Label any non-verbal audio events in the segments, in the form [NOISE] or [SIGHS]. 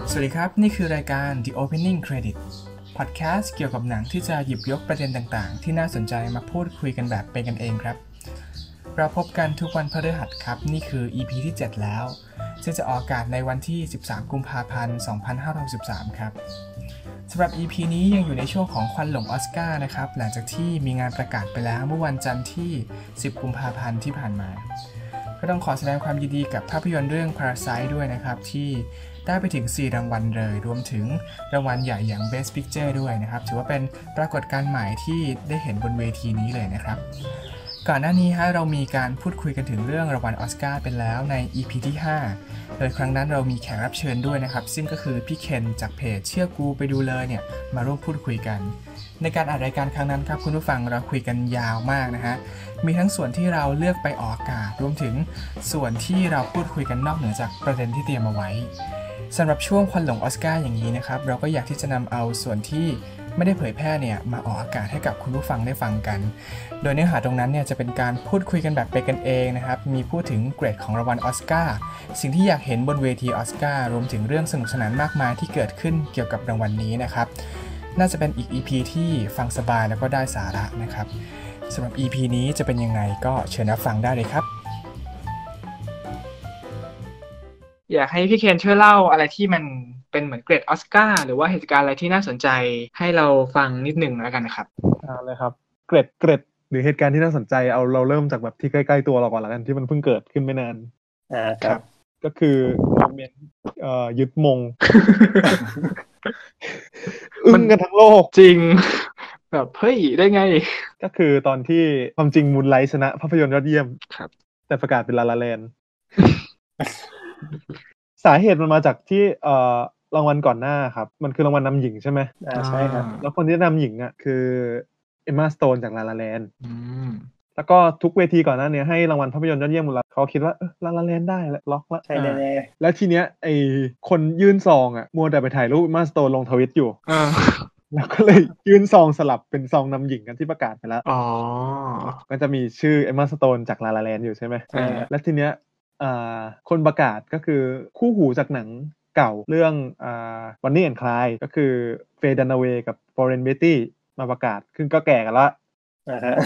วัสดีครับ นี่คือรายการ The Opening Credit Podcast เกี่ยวกับหนังที่จะหยิบยกประเด็นต่างๆ ที่น่าสนใจมาพูดคุยกันแบบเป็นกันเองครับ เราพบกันทุกวันพฤหัสครับ นี่คือ EP ที่ 7 แล้วซึ่งจะออกอากาศในวันที่ 13 กุมภาพันธ์ 2563 ครับสำหรับ EP นี้ยังอยู่ในช่วงของควันหลงออสการ์นะครับ หลังจากที่มีงานประกาศไปแล้วเมื่อวันจันทร์ที่ 10 กุมภาพันธ์ที่ผ่านมา ก็ต้องขอแสดงความยินดีกับภาพยนตร์เรื่อง Parasite ด้วยนะครับ ที่ได้ไปถึง 4 รางวัลเลย รวมถึงรางวัลใหญ่อย่าง Best Picture ด้วยนะครับ ถือว่าเป็นปรากฏการณ์ใหม่ที่ได้เห็นบนเวทีนี้เลยนะครับ ก่อนหน้านี้ฮะเรามีการพูดคุยกันถึงเรื่องรางวัลออสการ์ไปแล้วใน EP ที่ 5 โดยครั้งนั้นเรามีแขกรับเชิญด้วยนะครับ ซึ่งก็คือพี่เคนจากเพจเชื่อกูไปดูเลยเนี่ยมาร่วมพูดคุยกัน ในการอัดรายการครั้งนั้นครับคุณผู้ฟังเราคุยกันยาวมากนะฮะ มีทั้งส่วนที่เราเลือกไปออกอากาศ รวมถึงส่วนที่เราพูดคุยกันนอกเหนือจากประเด็นที่เตรียมเอาไว้สำหรับช่วงควันหลงออสการ์อย่างนี้นะครับ เราก็อยากที่จะนำเอาส่วนที่ไม่ได้เผยแพร่เนี่ยมาออกอากาศให้กับคุณผู้ฟังได้ฟังกัน โดยเนื้อหาตรงนั้นเนี่ยจะเป็นการพูดคุยกันแบบไปกันเองนะครับ มีพูดถึงเกรดของรางวัลออสการ์ สิ่งที่อยากเห็นบนเวทีออสการ์ รวมถึงเรื่องสนุกสนานมากมายที่เกิดขึ้นเกี่ยวกับรางวัลนนี้นะครับ น่าจะเป็นอีก EP ที่ฟังสบายแล้วก็ได้สาระนะครับ สำหรับ EP นี้จะเป็นยังไงก็เชิญรับฟังได้เลยครับ อยากให้พี่เคนช่วยเล่าอะไรที่มันเป็นเหมือนเกรดออสการ์หรือว่าเหตุการณ์อะไรที่น่าสนใจให้เราฟังนิดหนึ่งแล้วกันนะครับ อ่าเลยครับเกร็ดเกร็ดหรือเหตุการณ์ที่น่าสนใจเอาเราเริ่มจากแบบที่ใกล้ๆตัวเราก่อนละกันที่มันเพิ่งเกิดขึ้นไม่นาน อ่าค ครั รับ บ ก็คือโมเมนต์เอ่อยึดมง [LAUGHS] อึ้ มัน งกันทั้งโลก จริง แบบเฮ้ยได้ไง ก็คือตอนที่ความจริงมูนไลท์ชนะภาพยนตร์ยอดเยี่ยม ครับ แต่ประกาศเป็นลาลาแลน [LAUGHS] สาเหตุมันมาจากที่เอ่อรางวัลก่อนหน้าครับ มันคือรางวัลนำหญิงใช่ไหม อ่าใช่ครับ แล้วคนที่นำหญิงอ่ะคือเอมมาสโตนจากลาลาแลน อืม แล้วก็ทุกเวทีก่อนหน้าเนี้ยให้รางวัลภาพยนตร์ยอดเยี่ยมหมดแล้วเขาคิดว่าเออลาลาแลนได้แล้วล็อกละ ใช่แน่ แล้วทีเนี้ยไอคนยื่นซองอ่ะมัวแต่ไปถ่ายรูปมาสโตนลงทวิตอยู่ เออ แล้วก็เลยยื่นซองสลับเป็นซองนำหญิงกันที่ประกาศไปแล้ว อ๋อ ก็จะมีชื่อเอมมาสโตนจากลาลาแลนอยู่ใช่ไหม ๆอ่า แล้วทีเนี้ยอ่าคนประกาศก็คือคู่หูจากหนังเก่าเรื่องอ่าวันนี้แอนคลายก็คือเฟย์ดันเวกับฟอเรนเบตตี้มาประกาศขึ้นก็แก่กันละ อ่าฮะ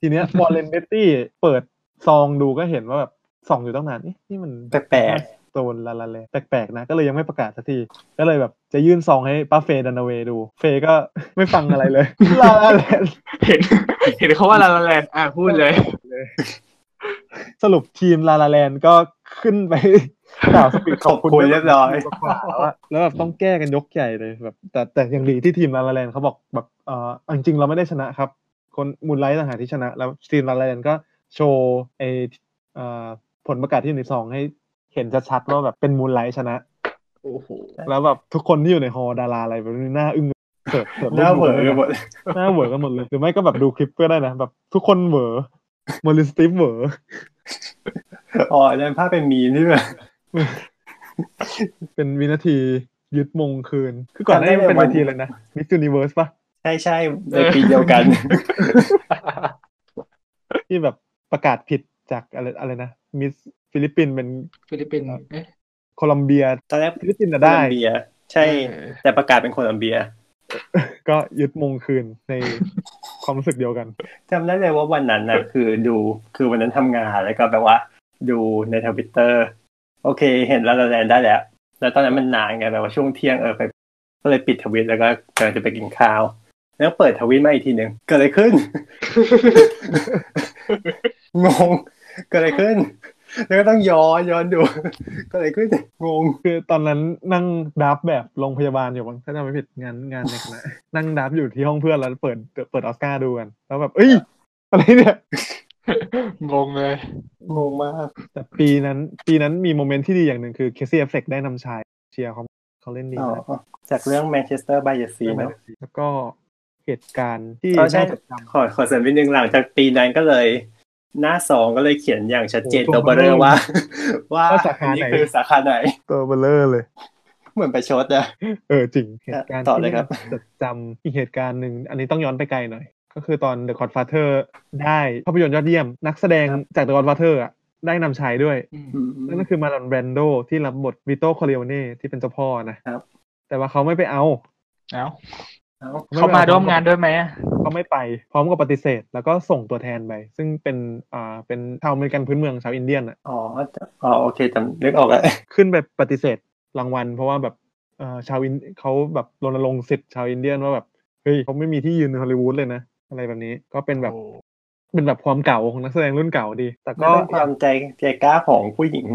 ทีเนี้ย วอลเลนเบตตี้เปิดซองดูก็เห็นว่าแบบส่องอยู่ตั้งนานเอ๊ะนี่มัน แปลก โซนลาลาเลแปลกๆนะ ก็เลยยังไม่ประกาศสักที ก็เลยแบบจะยื่นซองให้ป้าเฟย์ดันเวย์ดู เฟย์ก็ไม่ฟัง [LAUGHS] อะไรเลย ลาลาเล เห็น เห็นเขาว่าลาลาแลนด์อ่ะพูดเลย สรุปทีมลาลาแลนก็ขึ้น [LAUGHS] ไป กล่าวสปีดขๆข อ อ บบ คุณ คุณเรียบร้อย กว่าว่าแล้วแบบต้องแก้กันยกใหญ่เลยแบบ แต่แต่อย่างดีที่ทีมลาลาแลนเขาบอกแบบเออเอาจริงๆเราไม่ได้ชนะครับ คนมูลไลท์ต่างหากที่ชนะ แล้วทีมลาลาแลนก็โชว์ไอเอ่อผลประกาศที่อยู่ในซองให้เห็นชัดๆว่าแบบเป็นมูลไลท์ชนะ โอ้โห แล้วแบบทุกคนที่อยู่ในฮอลล์ดาราอะไรแบบนี้หน้า [LAUGHS] อึ้งเสิร์ฟสิร์ฟ หน้าเหวอไปหมด [LAUGHS] หน้าเหวอกันหมดเลยหรือไม่ก็แบบดูคลิปก็ได้นะแบบทุกคนเหวอมอลิสติฟเหวอ อ๋อแล้วภาพเป็นมีมนี่แบบ [LAUGHS] เป็นวินาทียึดมงคืน คือก่อนหน้านี้มันเป็นเวทีเลยนะมิส s u นิเวิร์สปะ ใช่ใช่ๆในปีเดียวกัน ที่แบบประกาศผิดจากอะไรอะไรนะ มิสฟิลิปปินส์เป็น ฟิลิปปินส์เอ๊ะ โคลัมเบีย ตอนแรก ฟิลิปปินส์ โค น่ะได้ ลัมเบีย ใช่ เออ แต่ประกาศเป็นโคลัมเบีย ก็ยึดมงคืนในความรู้สึกเดียวกัน จำได้เลยว่าวันนั้น [LAUGHS] นะคือดูคือวันนั้นทำงานแล้วก็แบบว่า ดูในทวิตเตอร์โอเค เห็นลาลาแลนด์ได้แล้ว แล้วตอนนั้นมันนานไงแบบว่าช่วงเที่ยงเออไปก็เลยปิดทวิตแล้วก็กำลังจะไปกินข้าว แล้วเปิดทวิตมาอีกทีหนึ่งเกิดอะไรขึ้น [LAUGHS] งงเกิดอะไรขึ้น แล้วก็ต้องย้อนย้อนดู [LAUGHS] เกิดอะไรขึ้นงง คือตอนนั้นนั่งดับแบบโรงพยาบาลอยู่บ้างถ้าจำไม่ผิดงานงานในคณะนั่งดับอยู่ที่ห้องเพื่อนแล้วเปิดเปิดออสการ์ดูกัน แล้วแบบ เอ้ย อะไรเนี่ย งงเลย งงมาก แต่ปีนั้น ปีนั้นมีโมเมนต์ที่ดีอย่างหนึ่งคือเคซี่เอฟเฟกได้นำชายเชียร์เขาเขาเล่นดี อ๋ มาก อจากเรื่องแมนเชสเตอร์ไบเยซีเนาะ แล้วก็เหตุการณ์ที่ อ๋อใช่ น่าจดจ ขอขอเสริมนิดนึงหลังจากปีนั้นก็เลย หน้าสองก็เลยเขียนอย่างชัดเจนตัวเบอร์เรอร์ว่า ว่า ำว่าสา อั ขาน ไห นี้ น คือสาขาไหน ตัวเบลเลอร์เลย เหมือนไประชดอะ เออจริง เหตุการณ์ ต่อ ที่ เลยครับ น่าจดจำอีกเหตุการณ์หนึ่ง อันนี้ต้องย้อนไปไกลหน่อย ก็คือตอน The Godfather ได้ภาพยนตร์ยอดเยี่ยม นักแสดงจาก The Godfather อ่ะ ได้นำชายด้วย อืม นั่นก็คือมาลอนแบรนโดที่รับบทวิโตคอริโอเน่ที่เป็นเจ้าพ่อนะครับ แต่ว่าเขาไม่ไปเอา เอ้า เอ้า ไไปอ เขามาร่วมงานด้วยไหมอะ เขาไม่ไป พร้อมกับปฏิเสธ แล้วก็ส่งตัวแทนไป ซึ่งเป็นอ่าเป็นชาวอเมริกันพื้นเมืองชาวอินเดียนอะ อ๋ออ๋อโอเคจำนึกออกแล้ว ขึ้นไปปฏิเสธรางวัล เพราะว่าแบบเอ่อชาวอินเขาแบบรณรงค์สิทธิ์ชาวอินเดียนว่าแบบเฮ้ยเขาไม่มีที่ยืนในฮอลลีวูดเลยนะอะไรแบบนี้ก็เป็นแบบ โอ้ เป็นแบบความเก่าของนักแสดงรุ่นเก่าดี แต่ ก็ ก็ เป็นความใจใจกล้าของผู้หญิง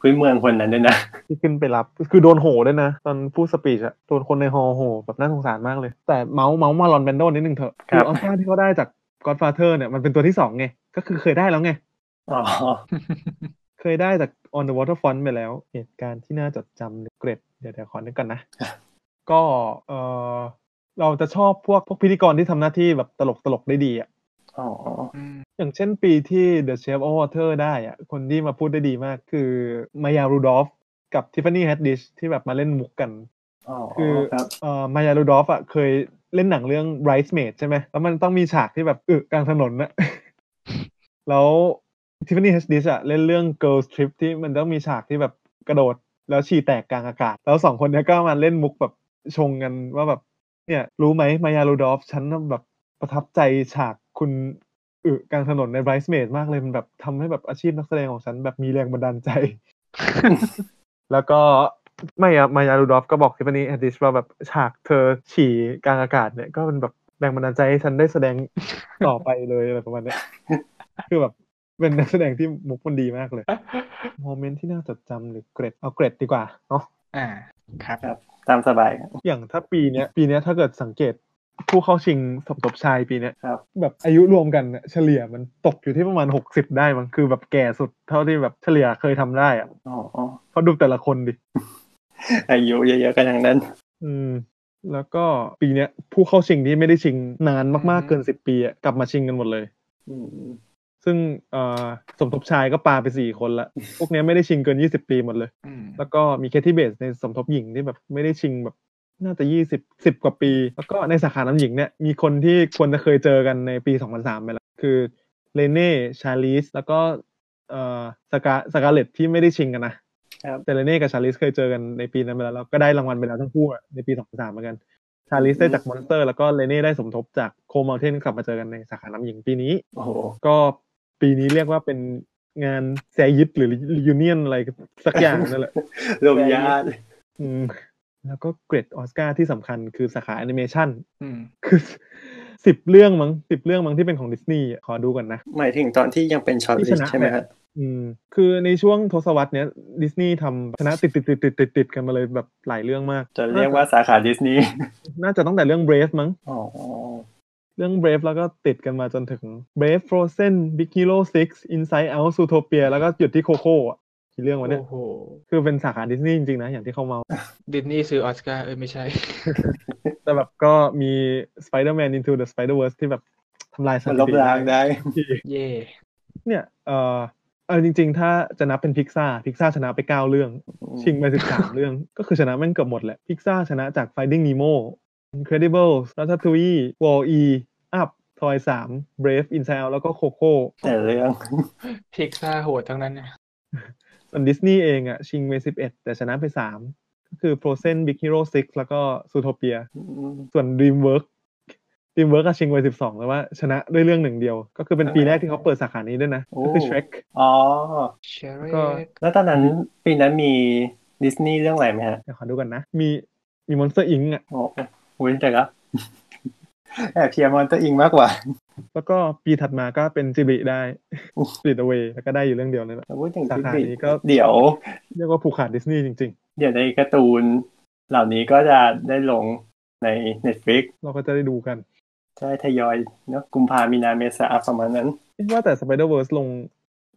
พื้นเมืองคนนั้นด้วยนะ ที่ขึ้นไปรับคือโดนโหด้วยนะ ตอนพูดสปีชอะโดนคนในฮอลล์โหแบบน่าสงสารมากเลย แต่เมาส์เมาส์มาลอนแบนโดนิดนึงเถอะ ครับ ออสการ์ที่เขาได้จาก Godfather เนี่ยมันเป็นตัวที่สองไงก็คือเคยได้แล้วไง อ๋อ เคยได้จาก On the Waterfront ไปแล้ว เหตุการณ์ที่น่าจดจำเกร็ดเดี๋ยวเดี๋ยวขอนึกก่อนนะ [LAUGHS] ก็เออเราจะชอบพวกพวกพิธีกรที่ทำหน้าที่แบบตลกตลกได้ดีอ่ะ อ๋อ อืม อย่างเช่นปีที่ The Shape of Water ได้อ่ะ คนที่มาพูดได้ดีมากคือมายา u ูดอฟกับทิฟฟานี่แฮดดิชที่แบบมาเล่นมุกกัน อ๋อ คือ ครับ เอ่อมายา u ูดอฟอ่ะเคยเล่นหนังเรื่อง Bridesmaid ใช่ไหม แล้วมันต้องมีฉากที่แบบอึกลางถนนนะ [LAUGHS] แล้วทิฟฟานี่แฮดดิชอ่ะเล่นเรื่อง Girl Trip ที่มันต้องมีฉากที่แบบกระโดด แล้วฉี่แตกกลางอากาศ แล้วสองคนเนี้ยก็มาเล่นมุกแบบชงกันว่าแบบเนี่ยรู้ไหมมายา u ูดอฟฉันน่ะแบบประทับใจฉากคุณอึกลางถนนใน Bridesmaid มากเลยมันแบบทำให้แบบอาชีพนักแสดงของฉันแบบมีแรงบันดาลใจ [LAUGHS] แล้วก็ไม่อะมายาลูดอฟก็บอกทิฟฟานี่แอดดิชว่าแบบฉากเธอฉี่กลางอากาศเนี่ยก็เป็นแบบแรงบันดาลใจให้ฉันได้แสดงต่อไปเลยอะไรประมาณ [LAUGHS] เนี้ยคือแบบเป็นนักแสดงที่มุกมันดีมากเลยโมเมนต์ที่น่าจดจำหรือเกรดเอาเกรดดีกว่าเนาะ อ่า ครับ ตามสบาย อย่างถ้าปีเนี้ยปีเนี้ยถ้าเกิดสังเกตผู้เข้าชิงสมทบชายปีเนี้ย ครับ แบบอายุรวมกันเนี่ยเฉลี่ยมันตกอยู่ที่ประมาณหกสิบได้มั้งคือแบบแก่สุดเท่าที่แบบเฉลี่ยเคยทำได้อะ อ๋ออ๋อ เพราะดูแต่ละคนดิ อายุเยอะๆกันทั้งนั้น อืมแล้วก็ปีเนี้ยผู้เข้าชิงที่ไม่ได้ชิงนานมากๆเกินสิบปีอะกลับมาชิงกันหมดเลย อืม ซึ่งเอ่อสมทบชายก็ปาไปสี่คนละพวกเนี้ยไม่ได้ชิงเกินยี่สิบปีหมดเลย อืม แล้วก็มีแคทที่เบสในสมทบหญิงที่แบบไม่ได้ชิงแบบน่าจะยี่สิบสิบกว่าปี แล้วก็ในสาขาน้ำหญิงเนี่ยมีคนที่ควรจะเคยเจอกันในปีสองพันสามไปแล้ว คือเลเน่ชาลิสแล้วก็เอ่อสกาสกาเลตที่ไม่ได้ชิงกันนะ ครับ แต่เลเน่กับชาลิสเคยเจอกันในปีนั้นไปแล้วแล้วก็ได้รางวัลไปแล้วทั้งคู่อะในปี 2003เหมือนกัน ชาลิสได้จากมอนสเตอร์ แล้วก็เลเน่ได้สมทบจากโคม u n เทนกลับมาเจอกันในสาขาน้ำหญิงปีนี้ โอ้โห ก็ปีนี้เรียกว่าเป็นงานแซยิตหรือยูเนียนอะไรสักอย่างนั่นแหละ รวมญาติ อืมแล้วก็เกรดออสการ์ที่สำคัญคือสาขาแอนิเมชัน อืม คือ [LAUGHS] สิบเรื่องมั้งสิบเรื่องมั้งที่เป็นของดิสนีย์อะขอดูก่อนนะ หมายถึงตอนที่ยังเป็นช็อต ที่ชลิสนะ ใช่ไหมครับ อืมคือในช่วงทศวรรษเนี้ยดิสนีย์ทำชนะติดติดติดติดติดติดๆๆๆๆกันมาเลยแบบหลายเรื่องมาก จะเรียกว่าสาขาดิสนีย์ น่าจะตั้งแต่เรื่อง Brave มั้ง อ๋อ เรื่อง Brave แล้วก็ติดกันมาจนถึง Brave Frozen Big Hero 6 Inside Out Zootopia แล้วก็หยุดที่โคโค่อะกี่เรื่องวะเนี่ย โอ้โห คือเป็นสาขาดิสนีย์จริง ๆ นะ อย่างที่เขาเมา ดิสนีย์ซื้อออสการ์เอ้ยไม่ใช่ แต่แบบก็มี Spider-Man Into the Spider-Verse ที่แบบทำลายส มัน ถิ ลบ ติ ล้างได้ เย่ เนี่ย เออเอาจริง ๆ ถ้าจะนับเป็นพิกซ่าพิกซ่าชนะไป 9 เรื่อง ชิงไป [LAUGHS] 13 เรื่อง ก็คือชนะแม่งเกือบหมดแหละพิกซ่าชนะจาก Finding Nemo Incredibles Ratatouille Wall-E Up Toy 3 Brave Inside Out แล้วก็ Coco แต่เรื่อง [LAUGHS] พิกซ่าโหดทั้งนั้นนะ ส่วนดิสนีย์เองอะชิงไป 11 แต่ชนะไป 3 ก็คือ Frozen Big Hero 6 แล้วก็ Zootopia ส่วน DreamWorks DreamWorks อะชิงไป12 แล้วว่าชนะด้วยเรื่องหนึ่งเดียว ก็คือเป็นปีแรกที่เขาเปิดสาขานี้ด้วยนะ โอ้ ก็คือ Shrek อ๋อ เชอร ก็ ี่ แล้วตอนนั้นปีนั้นมีดิสนีย์เรื่องอะไรไหมฮะ เดี๋ยวขอดูกันนะ มีมี Monster Inc อะ โอ้โหแต่ก็ [LAUGHS] แอบเชียร์มอนเตอร์อิงมากกว่า แล้วก็ปีถัดมาก็เป็นจิบิได้ โอ้ Split Away แล้วก็ได้อยู่เรื่องเดียวนี่แหละ พูดถึง สา จิบ ขา ลิ นี้ก็ เดี๋ยว เรียกว่าผูกขาดดิสนีย์จริง เดี๋ยวในการ์ตูน เหล่านี้ก็จะได้ลงใน Netflix ๆ เราก็จะได้ดูกัน ได้ทยอยเนาะกุมภามีนาเมษาประมาณนั้น คิดว่าแต่ Spider-Verse ลง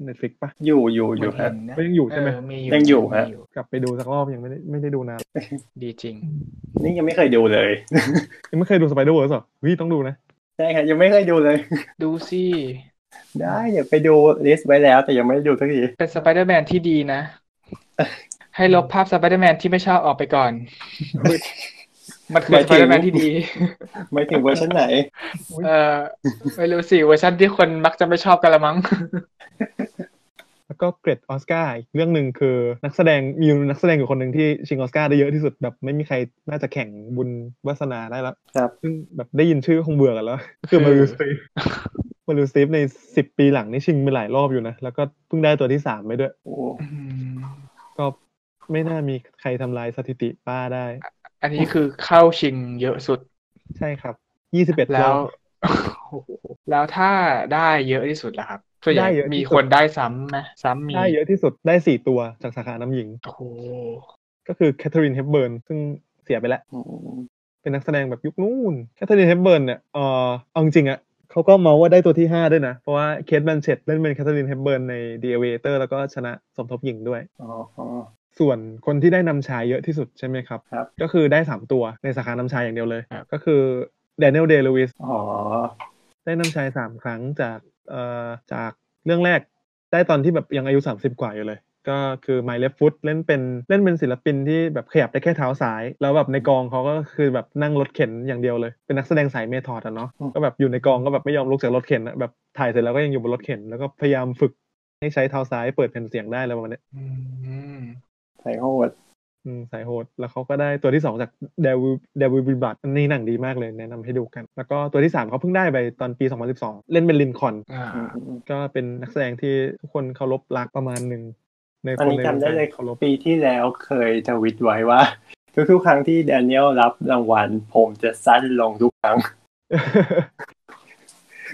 Netflix ปะ อยู่อยู่อยู่ เห็ ฮะ นนะ ก็ยังอยู่ใช่ไหม เมีอยู่ ยังอยู่ฮะ มี กลับไปดูสักรอบยังไม่ได้ไม่ได้ดูนาน ดีจริง นี่ยังไม่เคยดูเลย ยังไม่เคยดู Spider-Verse หรอวิต้องดูนะ ใช่ครับยังไม่เคยดูเลย ดูสิ ได้เดี๋ยวไปดูลิสต์ไว้แล้ว แต่ยังไม่ได้ดูสักที เป็นสไปเดอร์แมนที่ดีนะ ให้ลบภาพสไปเดอร์แมนที่ไม่ชอบออกไปก่อน [LAUGHS] มันคือสไปเดอร์แมนที่ดี ไม่ถึงเวอร์ชันไหน เออไม่รู้สิเวอร์ชันที่คนมักจะไม่ชอบกันละมั้ง แล้วก็เกรดออสการ์อีกเรื่องหนึ่งคือนักแสดงมีนักแสดงอยู่คนหนึ่งที่ชิงออสการ์ได้เยอะที่สุดแบบไม่มีใครน่าจะแข่งบุญวาสนาได้แล้ว ครับ ซึ่งแบบได้ยินชื่อคงเบื่อกันแล้ว [LAUGHS] ก็คือมารูสตี [LAUGHS] ฟมารูสตีฟในสิบปีหลังนี่ชิงไปหลายรอบอยู่นะ แล้วก็เพิ่งได้ตัวที่สามไปด้วย โอ้ อืม ก็ไม่น่ามีใครทำลายสถิติป้าได้ อันนี้คือเข้าชิงเยอะสุด ใช่ครับยี่สิบเอ็ด แล้ว [LAUGHS] โอ้โหแล้วถ้าได้เยอะที่สุดล่ะครับส่วนใหญ่ ได้เยอะที่สุด มีคนได้ซ้ำไหมซ้ำมี ได้เยอะที่สุดได้สี่ตัวจากสาขาน้ำหญิง โอ้โห ก็คือแคทเธอรีนเฮปเบิร์นซึ่งเสียไปแล้ว อืม เป็นนักแสดงแบบยุคนู้นแคทเธอรีนเฮปเบิร์นเนี่ยเออเอาจริงๆอะเขาก็เมาว่าได้ตัวที่ 5 ด้วยนะ เพราะว่าเคทแบนเชตเล่นเป็นแคทเธอรีนเฮปเบิร์นใน The Aviator แล้วก็ชนะสมทบหญิงด้วย อ๋อ ส่วนคนที่ได้นำชายเยอะที่สุดใช่ไหมครับ ครับ ก็คือได้ 3 ตัวในสาขานำชายอย่างเดียวเลย ก็คือแดเนียลเดลูวิส อ๋อ ได้นำชาย 3 ครั้งจากเอ่อจากเรื่องแรกได้ตอนที่แบบยังอายุ 30 กว่าอยู่เลย ก็คือ My Left Foot เล่นเป็นเล่นเป็นศิลปินที่แบบขยับได้แค่เท้าซ้าย แล้วแบบในกองเขาก็คือแบบนั่งรถเข็นอย่างเดียวเลย เป็นนักแสดงสายเมทอดอะเนาะก็แบบอยู่ในกองก็แบบไม่ยอมลุกจากรถเข็นอะแบบถ่ายเสร็จแล้วก็ยังอยู่บนรถเข็น แล้วก็พยายามฝึกให้ใช้เท้าซ้ายเปิดแผ่นเสียงได้อะไรประมาณเนี้ย อืม ไทยโหด อืมสายโหดแล้วเขาก็ได้ตัวที่สองจากเดวิเดวิบิบัตอันนี้หนังดีมากเลยแนะนำให้ดูกัน แล้วก็ตัวที่สามเขาเพิ่งได้ไปตอนปี 2012 เล่นเป็นลินคอล์น อ่า อืมอืม ก็เป็นนักแสดงที่ทุกคนเคารพรักประมาณหนึ่งใน อัน คน นี้ ใน จำได้เลย เคารพ ปีที่แล้วเคยทวิตไว้ว่า ทุกๆครั้งที่แดเนียลรับรางวัล ผมจะสั้นลงทุกครั้ง [LAUGHS]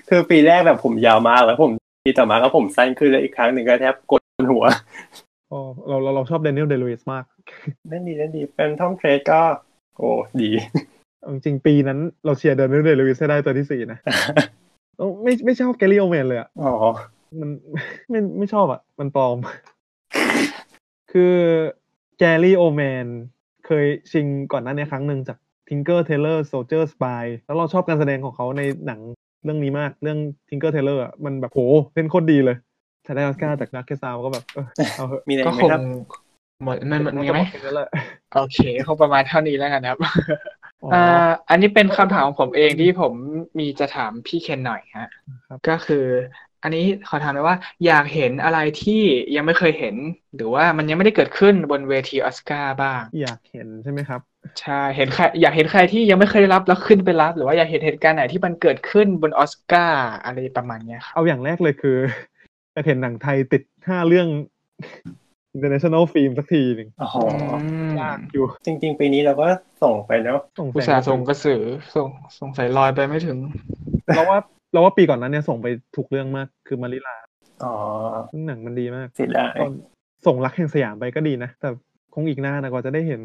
คือปีแรกแบบผมยาวมากแล้วผมปีต่อมาก็ผมสั้นขึ้นแล้วอีกครั้งหนึ่งก็แทบกดหัว [LAUGHS] [LAUGHS] อ๋อเราเราเราชอบเดนิเอลเดลูอิสมาก เล่นดีเล่นดีเป็นทอมเทรดก็โอ้ดี [LAUGHS] เอาจริงๆปีนั้นเราเชียร์เดนิเอลเดลูอิสให้ได้ตัวที่สี่นะเอ้าไม่ไม่ชอบแกลลี่โอแมนเลยอะ อ๋อ มัน [LAUGHS] ไม่ไม่ชอบอ่ะ มันปลอม [LAUGHS] คือแกรี่โอแมนเคยชิงก่อนหน้านี้ครั้งหนึ่งจาก Tinker Tailor Soldier Spy แล้วเราชอบการแสดงของเขาในหนังเรื่องนี้มากเรื่อง Tinker Tailor อ่ะ มันแบบโหเล่นโคตรดีเลยถ้าได้ออสการ์จากดักเคซาวก็แบบ เออเอาเถอะ มีอะไร ก็ ไหม คง ครับ หมดมันมันมีไหม น่าจะบอกแค่นั้นแหละ โอเคคงประมาณเท่านี้แล้วกันครับ อ๋ออ อ่าอันนี้เป็นคำถามของผมเองที่ผมมีจะถามพี่เคนหน่อยฮะ ครับ ก็คือ อันนี้ขอถามเลยว่าอยากเห็นอะไรที่ยังไม่เคยเห็น หรือว่ามันยังไม่ได้เกิดขึ้นบนเวทีออสการ์บ้าง อยากเห็นใช่ไหมครับ ใช่เห็นใครอยากเห็นใครที่ยังไม่เคยได้รับแล้วขึ้นไปรับ หรือว่าอยากเห็นเหตุการณ์ไหนที่มันเกิดขึ้นบนออสการ์อะไรประมาณเนี้ยครับ เอาอย่างแรกเลยคือ [LAUGHS] อยากเห็นหนังไทยติดห้าเรื่อง [LAUGHS] international film สักทีหนึ่ง อ๋อ อืม ยากอยู่ จริง ๆ ปีนี้เราก็ส่งไปเนาะ สงสัย อุตส่าห์ส่งกระสือส่งส่งสายลอยไปไม่ถึง เราว่าเราว่าปีก่อนนั้นเนี่ยส่งไปถูกเรื่องมากคือมาริลา อ๋อ ซึ่งหนังมันดีมาก เสียดาย ตอนส่งรักแห่งสยามไปก็ดีนะ แต่คงอีกหน้านนะกว่าจะได้เห็น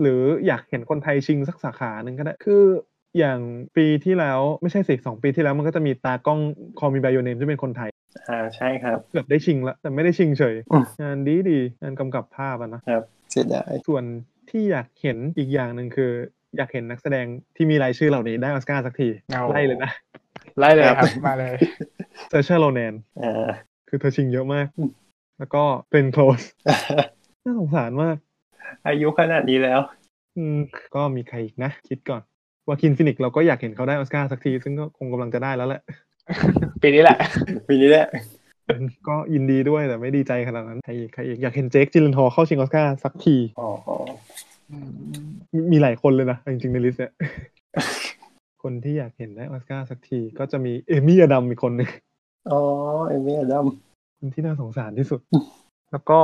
หรืออยากเห็นคนไทยชิงสักสาขาหนึ่งก็ได้ คืออย่างปีที่แล้วไม่ใช่สิสองปีที่แล้วมันก็จะมีตากล้องคอมีไบโอเนมที่เป็นคนไทย อ่าใช่ครับ เกือบได้ชิงแล้ว แต่ไม่ได้ชิงเฉย อืม งานดีดีงานกำกับภาพอะนะ เสียดาย ส่วนที่อยากเห็นอีกอย่างหนึ่งคือ อยากเห็นนักแสดงที่มีรายชื่อเหล่านี้ได้ออสการ์สักที เอา ไล่เลยนะ ไล่เลยครับมาเลย เซอร์เชอร์โรแนน อ่า [LAUGHS] คือเธอชิงเยอะมาก อืม แล้วก็เป็นโคลส [LAUGHS] น่าสงสารมาก อายุขนาดนี้แล้ว อืมก็มีใครอีกนะ คิดก่อน วาคินฟินิกซ์เราก็อยากเห็นเขาได้ออสการ์สักที ซึ่งก็คงกำลังจะได้แล้วแหละ [LAUGHS] ปีนี้แหละ ปีนี้แหละ ก็ยินดีด้วยแต่ไม่ดีใจขนาดนั้น ใครอีกใครอีกอยากเห็นเจคจิลเลนทอลเข้าชิงออสการ์สักที อ๋อ มมีหลายคนเลยนะ จริงๆในลิสต์ [LAUGHS] เนี่ย คนที่อยากเห็นได้ออสการ์สักที ก็จะมีเอมี่อดัมอีกคนหนึง อ๋อเอมี่อดัม คนที่น่าสงสารที่ [LAUGHS] สุด แล้วก็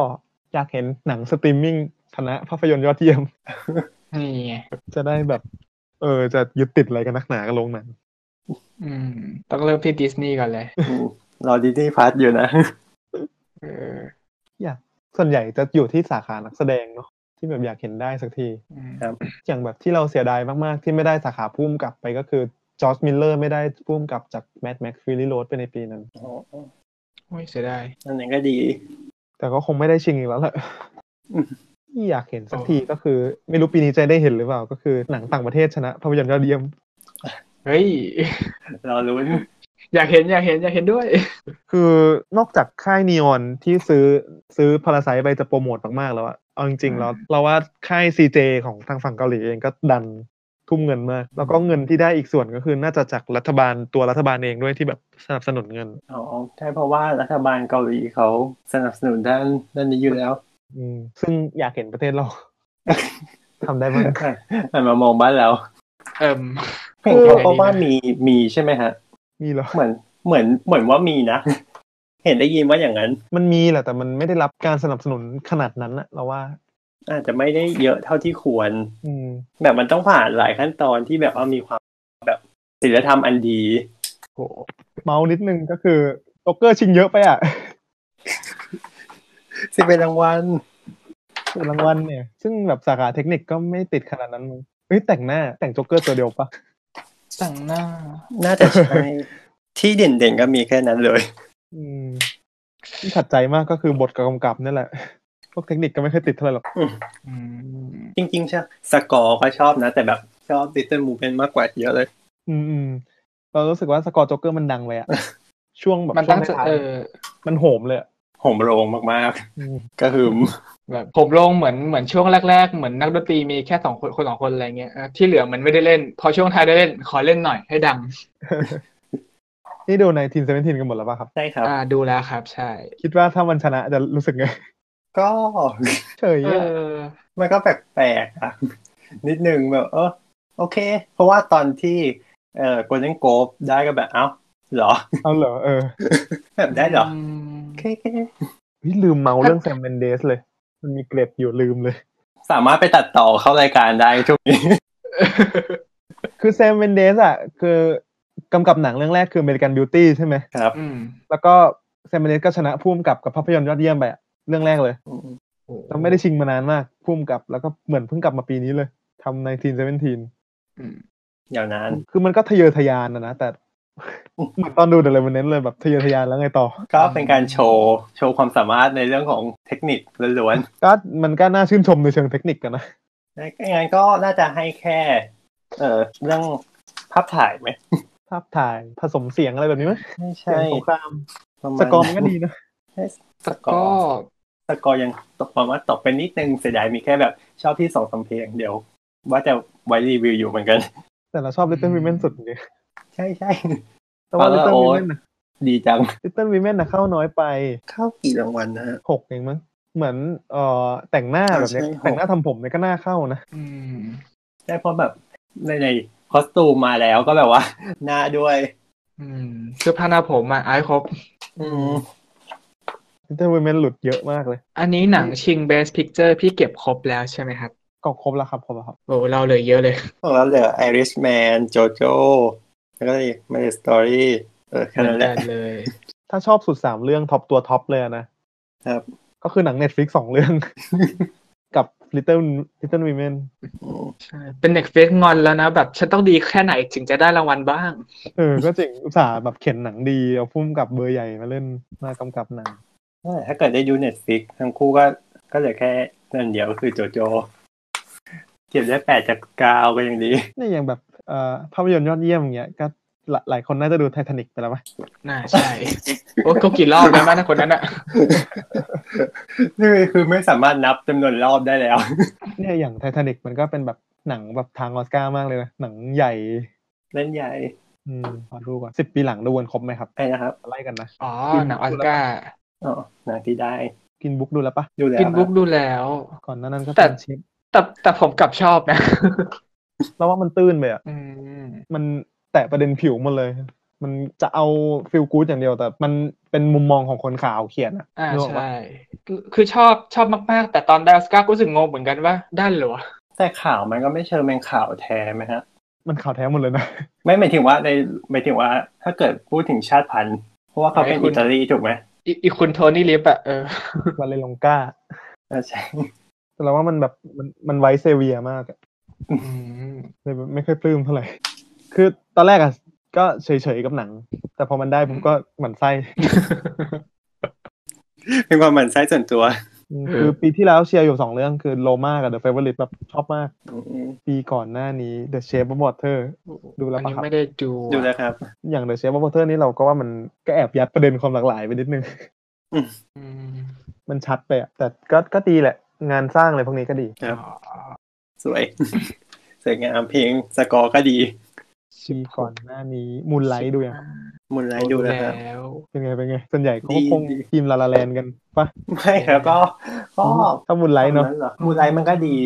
อยากเห็นหนังสตรีมมิ่งคณะภาพยนตร์ยอดเยี่ยม นี่ไง จะได้แบบ เออ จะยึดติดอะไรกันนักหนากับโรงหนัง อืมต้องเริ่มที่ดิสนีย์ก่อนเลย อืมรอดิสนีย์พาร์ทอยู่นะ เออ ส่วนใหญ่จะอยู่ที่สาขานักแสดงเนาะที่แบบอยากเห็นได้สักที อืม อย่างแบบที่เราเสียดายมาก ๆ ที่ไม่ได้สาขาพุ่มกลับไปก็คือจอร์จมิลเลอร์ไม่ได้พุ่มกลับจากแมดแม็กฟิลลี่โรดไปในปีนั้น อ๋อ โอ้ยเสียดาย อันนั้นก็ดี แต่ก็คงไม่ได้ชิงอีกแล้วแหละ [LAUGHS] อืม ที่อยากเห็นสักทีก็คือ ไม่รู้ปีนี้จะได้เห็นหรือเปล่า ก็คือหนังต่างประเทศชนะภาพยนตร์ยอดเยี่ยม เฮ้ย [LAUGHS] รอลุ้น อยากเห็นอยากเห็นอยากเห็นด้วย คือนอกจากค่ายนีออนที่ซื้อซื้อพาราไซไปจะโปรโมทมากๆแล้วอะเอาจริงๆแล้วเราว่าค่ายซีเจของทางฝั่งเกาหลีเองก็ดัน ทุ่มเงินมาก แล้วก็เงินที่ได้อีกส่วนก็คือน่าจะจากรัฐบาลตัวรัฐบาลเองด้วยที่แบบสนับสนุนเงิน อ๋อใช่เพราะว่ารัฐบาลเกาหลีเขาสนับสนุนด้านด้านนี้อยู่แล้ว อืมซึ่งอยากเห็นประเท [LAUGHS] ศเรา ทำได้บ้าง หันมามองบ้านเรา เอิ่ม เห็นเพราะว่ามีมีใช่ไหมฮะ มีเหรอ เหมือนเหมือนเหมือนว่ามีนะ เห็นได้ยินว่าอย่างนั้น มันมีแหละแต่มันไม่ได้รับการสนับสนุนขนาดนั้นอะเราว่า อาจจะไม่ได้เยอะเท่าที่ควร อืม แบบมันต้องผ่านหลายขั้นตอนที่แบบว่ามีความแบบศีลธรรมอันดี โหเมาส์นิดนึงก็คือโจ๊กเกอร์ชิงเยอะไปอ่ะ สิเป็นรางวัล ส่วนรางวัลเนี่ย ซึ่งแบบสาขาเทคนิคก็ไม่ติดขนาดนั้นมั้งเฮ้ยแต่งหน้าแต่งโจ๊กเกอร์ตัวเดียวปะ แต่งหน้า น่าจะใช่ [LAUGHS] ที่เด่นๆก็มีแค่นั้นเลย อืมที่ขัดใจมากก็คือบทกับกำกับนี่แหละ พวกเทคนิคก็ไม่เคอยติดเท่าไหร่หรอก อืม จริงๆใช่สกอร์ก็ชอบนะ แต่แบบชอบดิจิตอลมูเป็นมากกว่าเยอะเลย อืมอืมเรารู้สึกว่าสกอร์โจ๊กเกอร์มันดังเลยอ่ะ ช่วงแบบ มัน ช่ว ตั้งใจ ท้าย เออ ๆมันโหมเลยอะ โหมโรงมาก อืม ๆ ก็คือ แบบผมลงเหมือนเหมือนช่วงแรก ๆ เหมือนนักดนตรีมีแค่สองคนคนสองคนอะไรเงี้ยเออที่เหลือมันไม่ได้เล่น พอช่วงท้ายได้เล่น ขอเล่นหน่อยให้ดัง นี่ดูในทีมเซเว่นทีนกันหมดแล้วป่ะครับ ใช่ครับ อ่าดูแล้วครับ ใช่ คิดว่าถ้ามันชนะจะรู้สึกไง [LAUGHS] ก็ เฉย เอ อะ อ มันก็แปลกๆอะนิดนึงแบบเออโอเค เพราะว่าตอนที่เอ่อโกลเด้นโกลบได้ก็แบบเอ้าเหรอ เอาเหรอเออ แบบได้เหรอ ม โอเค เฮ้ยลืมเมาส์เรื่องแซมเมนเดสเลย มันมีเกร็ดอยู่ลืมเลย ๆสามารถไปตัดต่อเข้ารายการได้ช่วงนี้ คือแซมเวนเดสอ่ะคือกำกับหนังเรื่องแรกคือ American Beauty ใช่ไหม ครับ อืม แล้วก็แซมเวนเดสก็ชนะพุ่มกับกับภาพยนตร์ยอดเยี่ยมไปอะเรื่องแรกเลยแล้วไม่ได้ชิงมานานมากพุ่มกับแล้วก็เหมือนเพิ่งกลับมาปีนี้เลยทำในทีนเซเวนทีน อืม ยาวนาน คือมันก็ทะเยอทะยานนะนะ แต่ เหมือนตอนดูเด e ๋ยวเลยมันเน้นเลยแบบทะเยอทะยานแล้วไงต่อ ก็เป็นการโชว์ โชว์ความสามารถในเรื่องของเทคนิคล้วน ก็มันก็น่าชื่นชมในเชิงเทคนิคกันนะ ๆในงานก็น่าจะให้แค่ เอ่อเรื่องภาพถ่ายไหม ภาพถ่ายผสมเสียงอะไรแบบนี้ไหม ไม่ เสี ใช่ ยงสงคราม ประ ส มาณ กอร์มนก็ดีนะ สกอ ก็ ร์สกอร์ยังตกประมาณตกไปนิดนึงเสียดายมีแค่แบบชอบที่สองสามเพลงเดี๋ยว ว่าจะไว้รีวิวอยู่เหมือนกัน แต่เราชอบ Little Women สุดเลย ใช่ใช่ แต่ว่า Father Little Oat Women นะ [LAUGHS] ดีจัง Little Women นะเข้าน้อยไป เข้ากี่รางวัลนะฮะ หกเองมั้งเหมือนเอ่อแต่งหน้า เออ แบบเนี้ย ใช่หก แต่งหน้าทำผมเนี่ยก็น่าเข้านะ อืม ได้เพราะแบบในในคอสตูมมาแล้วก็แบบว่า [LAUGHS] หน้าด้วย อืมเสื้อผ้าหน้าผมอ่ะไอ้ครบ อืม เทอร์เวนหลุดเยอะมากเลย อันนี้หนังชิง Best Picture พี่เก็บครบแล้วใช่ไหมครับ ก็ครบแล้วครับครบแล้วครับ โอ้เราเหลยเยอะเลย ของเราเหลือ Irishman Jojo แล้วก็อีก Marriage Story เออแค่นั้นแหละ เลย ถ้าชอบสุดสามเรื่องท็อปตัวท็อปเลยอะนะครับ ก็คือหนังเน็ตฟลิกสองเรื่อง [LAUGHS] กับ Little Little Women อืม ใช่ เป็นเด็กเฟซงอนแล้วนะ แบบฉันต้องดีแค่ไหนถึงจะได้รางวัลบ้าง เออ ก็จริงอุตส่าห์แบบเข็นหนังดี เอาพุ่มกับเบอร์ใหญ่มาเล่นมากำกับหนัง นั่นแหละถ้าเกิดได้ดู Netflix ทั้งคู่ก็ก็เหลือแค่นั่นเดียวก็คือ Jojo เก็บได้แปดจากเก้าก็ยังดี นี่อย่างแบบเอ่อภาพยนตร์ยอดเยี่ยมอย่างเงี้ยก็หลหลายคนน่าจะดูไททานิกไปแล้วปะ น่าใช่ โอ้เขากี่รอบแล้วนะคนนั้นอ่ะ นี่คือไม่สามารถนับจำนวนรอบได้แล้ว [LAUGHS] เนี่ยอย่างไททานิกมันก็เป็นแบบหนังแบบทางออสการ์มากเลยนะหนังใหญ่ เล่นใหญ่ อืมขอดูก่อนสิบปีหลังดูวนครบไหมครับ ไปนะครับ ไล่กันนะ อ๋อ หนังออสการ์ อ๋อหนังที่ได้ กินบุ๊กดูแล้วปะ ดูแล้ว กินบุ๊กดูแล้ว ก่อนหน้านั้นก็ แต่ เป็นชิป แต่แต่ผมกลับชอบนะ [LAUGHS] เราว่ามันตื้นไปอ่ะ อืม มันแตะประเด็นผิวหมดเลย มันจะเอาฟิลกู๊ดอย่างเดียวแต่มันเป็นมุมมองของคนขาวเขียนอ่ะ อ่า นึกกปะ ใช่ คือคือชอบชอบมาก ๆ แต่ตอนได้ออสการ์ก็รู้สึกงงเหมือนกันว่าได้เหรอวะ แต่ข่าวมันก็ไม่เชิงเป็นข่าวแท้ไหมฮะ มันขาวแท้หมดเลยนะ [LAUGHS] ไม่หมายถึงว่าในหมายถึงว่าถ้าเกิดพูดถึงชาติพันธุ์ เพราะว่าเขาเป็นอิตาลีถูกไหม อีอีคุณโทนี่ลิฟต์อะเออ วาเลลองก้า อ่าใช่ แต่เราว่ามันแบบมันมันไวเซเวียมากอะ อืม เลยแบบไม่ค่อยปลื้มเท่าไหร่ คือตอนแรกอ่ะก็เฉยๆกับหนัง แต่พอมันได้ผมก็หมั่นไส้ [LAUGHS] เป็นความหมั่นไส้ส่วนตัว อืมคือปีที่แล้วเชียร์อยู่สองเรื่องคือโลมากับเดอะเฟเวอร์ลิแบบชอบมาก ปีก่อนหน้านี้ The Shape of Water ดูแล้ว อัปะนนี้ ครับ ไม่ได้ดูอะ ดูแล้วครับ อย่าง The Shape of Water นี่เราก็ว่ามันก็แอบยัดประเด็นความหลากหลายไปนิดนึง อืม มันชัดไปอะแต่ก็ก็ดีแหละ งานสร้างอะไรพวกนี้ก็ดี ครับ อ๋อ สวย ส วยงามเพลงสกอร์ก็ดี ชีก่อนหน้านี้มูนไลท์ดูยังครับ มุนไลท์ดู แล แล้วครับ ้ว เป็นไงเป็นไงส่วนใหญ่เขาก็ ดี คง ดี ทีมลาลาแลนด์กันปะ ไม่ครับก็ก็ ถ้ามูนไลท์เนาะ หรอมูนไลท์มันก็ดี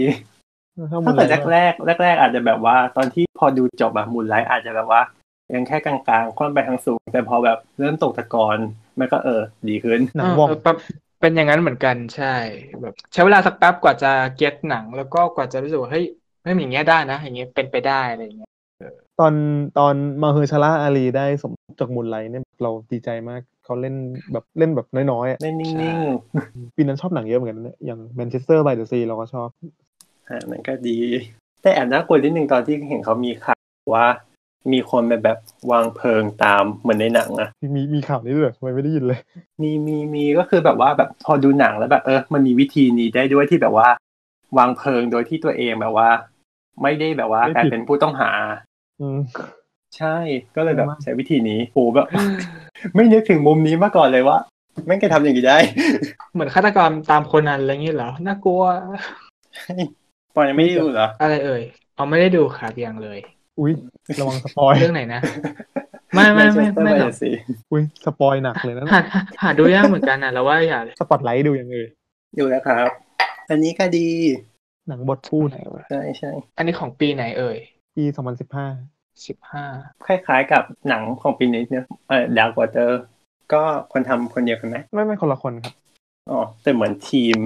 ถ้ามู ถ้าน ไล เกิด ท์เนอะ แรกๆแรก ๆ อาจจะแบบว่า ตอนที่พอดูจบอะมูลไลท์อาจจะแบบว่า ยังแค่กลางๆคว่ำไปทางสูง แต่พอแบบเริ่มตกตะกอนมันก็เออ ดีขึ้น หนังวอง เแบบเป็นอย่างนั้นเหมือนกันใช่แบบใช้เวลาสักแป๊บกว่าจะเก็ตหนัง แล้วก็กว่าจะรู้สึกว่าเฮ้ยเฮ้ยมันอย่างเงี้ยได้นะ อย่างเงี้ยเป็นไปได้อะไร [LAUGHS] อย่างเงี้ย ตอนตอนมาเฮอร์ชาร่าอาลีได้สมทบจากมูนไลท์เนี่ยเราดีใจมากเขาเล่นแบบเล่นแบบน้อยๆอะ ไม่นิ่ง ปีนั้นชอบหนังเยอะเหมือนกันนะเนี่ยอย่างแมนเชสเตอร์บายเดอะซีเราก็ชอบ ๆอ่ะมันก็ดี แต่แอบน่ากลัวนิดนึงตอนที่เห็นเขามีข่าวว่า มีคนไปแบบวางเพลิงตามเหมือนในหนังอะ มีมีข่าวนี้ด้วยเหรอทำไมไม่ได้ยินเลย มีมีมีก็คือแบบว่าแบบพอดูหนังแล้วแบบเออมันมีวิธีนี้ได้ด้วยที่แบบว่า วางเพลิงโดยที่ตัวเองแบบว่า ไม่ได้แบบว่า ไม่ผิด กลายเป็นผู้ต้องหา อืม ใช่ก็เลยแบบ มาก ใช้วิธีนี้โหแบบ ไม่นึกถึงมุมนี้มาก่อนเลยว่าแม่งจะทำอย่างนี้ได้ เหมือนฆาตกรตามโคนันอะไรอย่างเงี้ยเหรอน่ากลัว ปอนยังไม่ได้ดูเหรอ อะไรเอ่ยเอาไม่ได้ดูครับยังเลย อุ้ยระวังสปอย เรื่องไหนนะ ไม่ [LAUGHS] ไม่ไม่ Manchester ไม่หรอก by the Sea [LAUGHS] อุ้ยสปอยหนักเลยนะ หาหาหาดูยากเหมือนกันนะเราว่าอย่า สปอตไลท์ดูยังเอ่ย ดูแล้วครับ อันนี้ก็ดี หนังบทพูด ใช่ใช่ อันนี้ของปีไหนเอ่ย ปีสองพันสิบห้า สิบห้า คล้ายๆกับหนังของปีนี้เนี่ยเออดาวกวอเตอร์ ก็คนทำคนเดียวกันไหม ไม่ไม่คนละคนครับ อ๋อแต่เหมือนทีม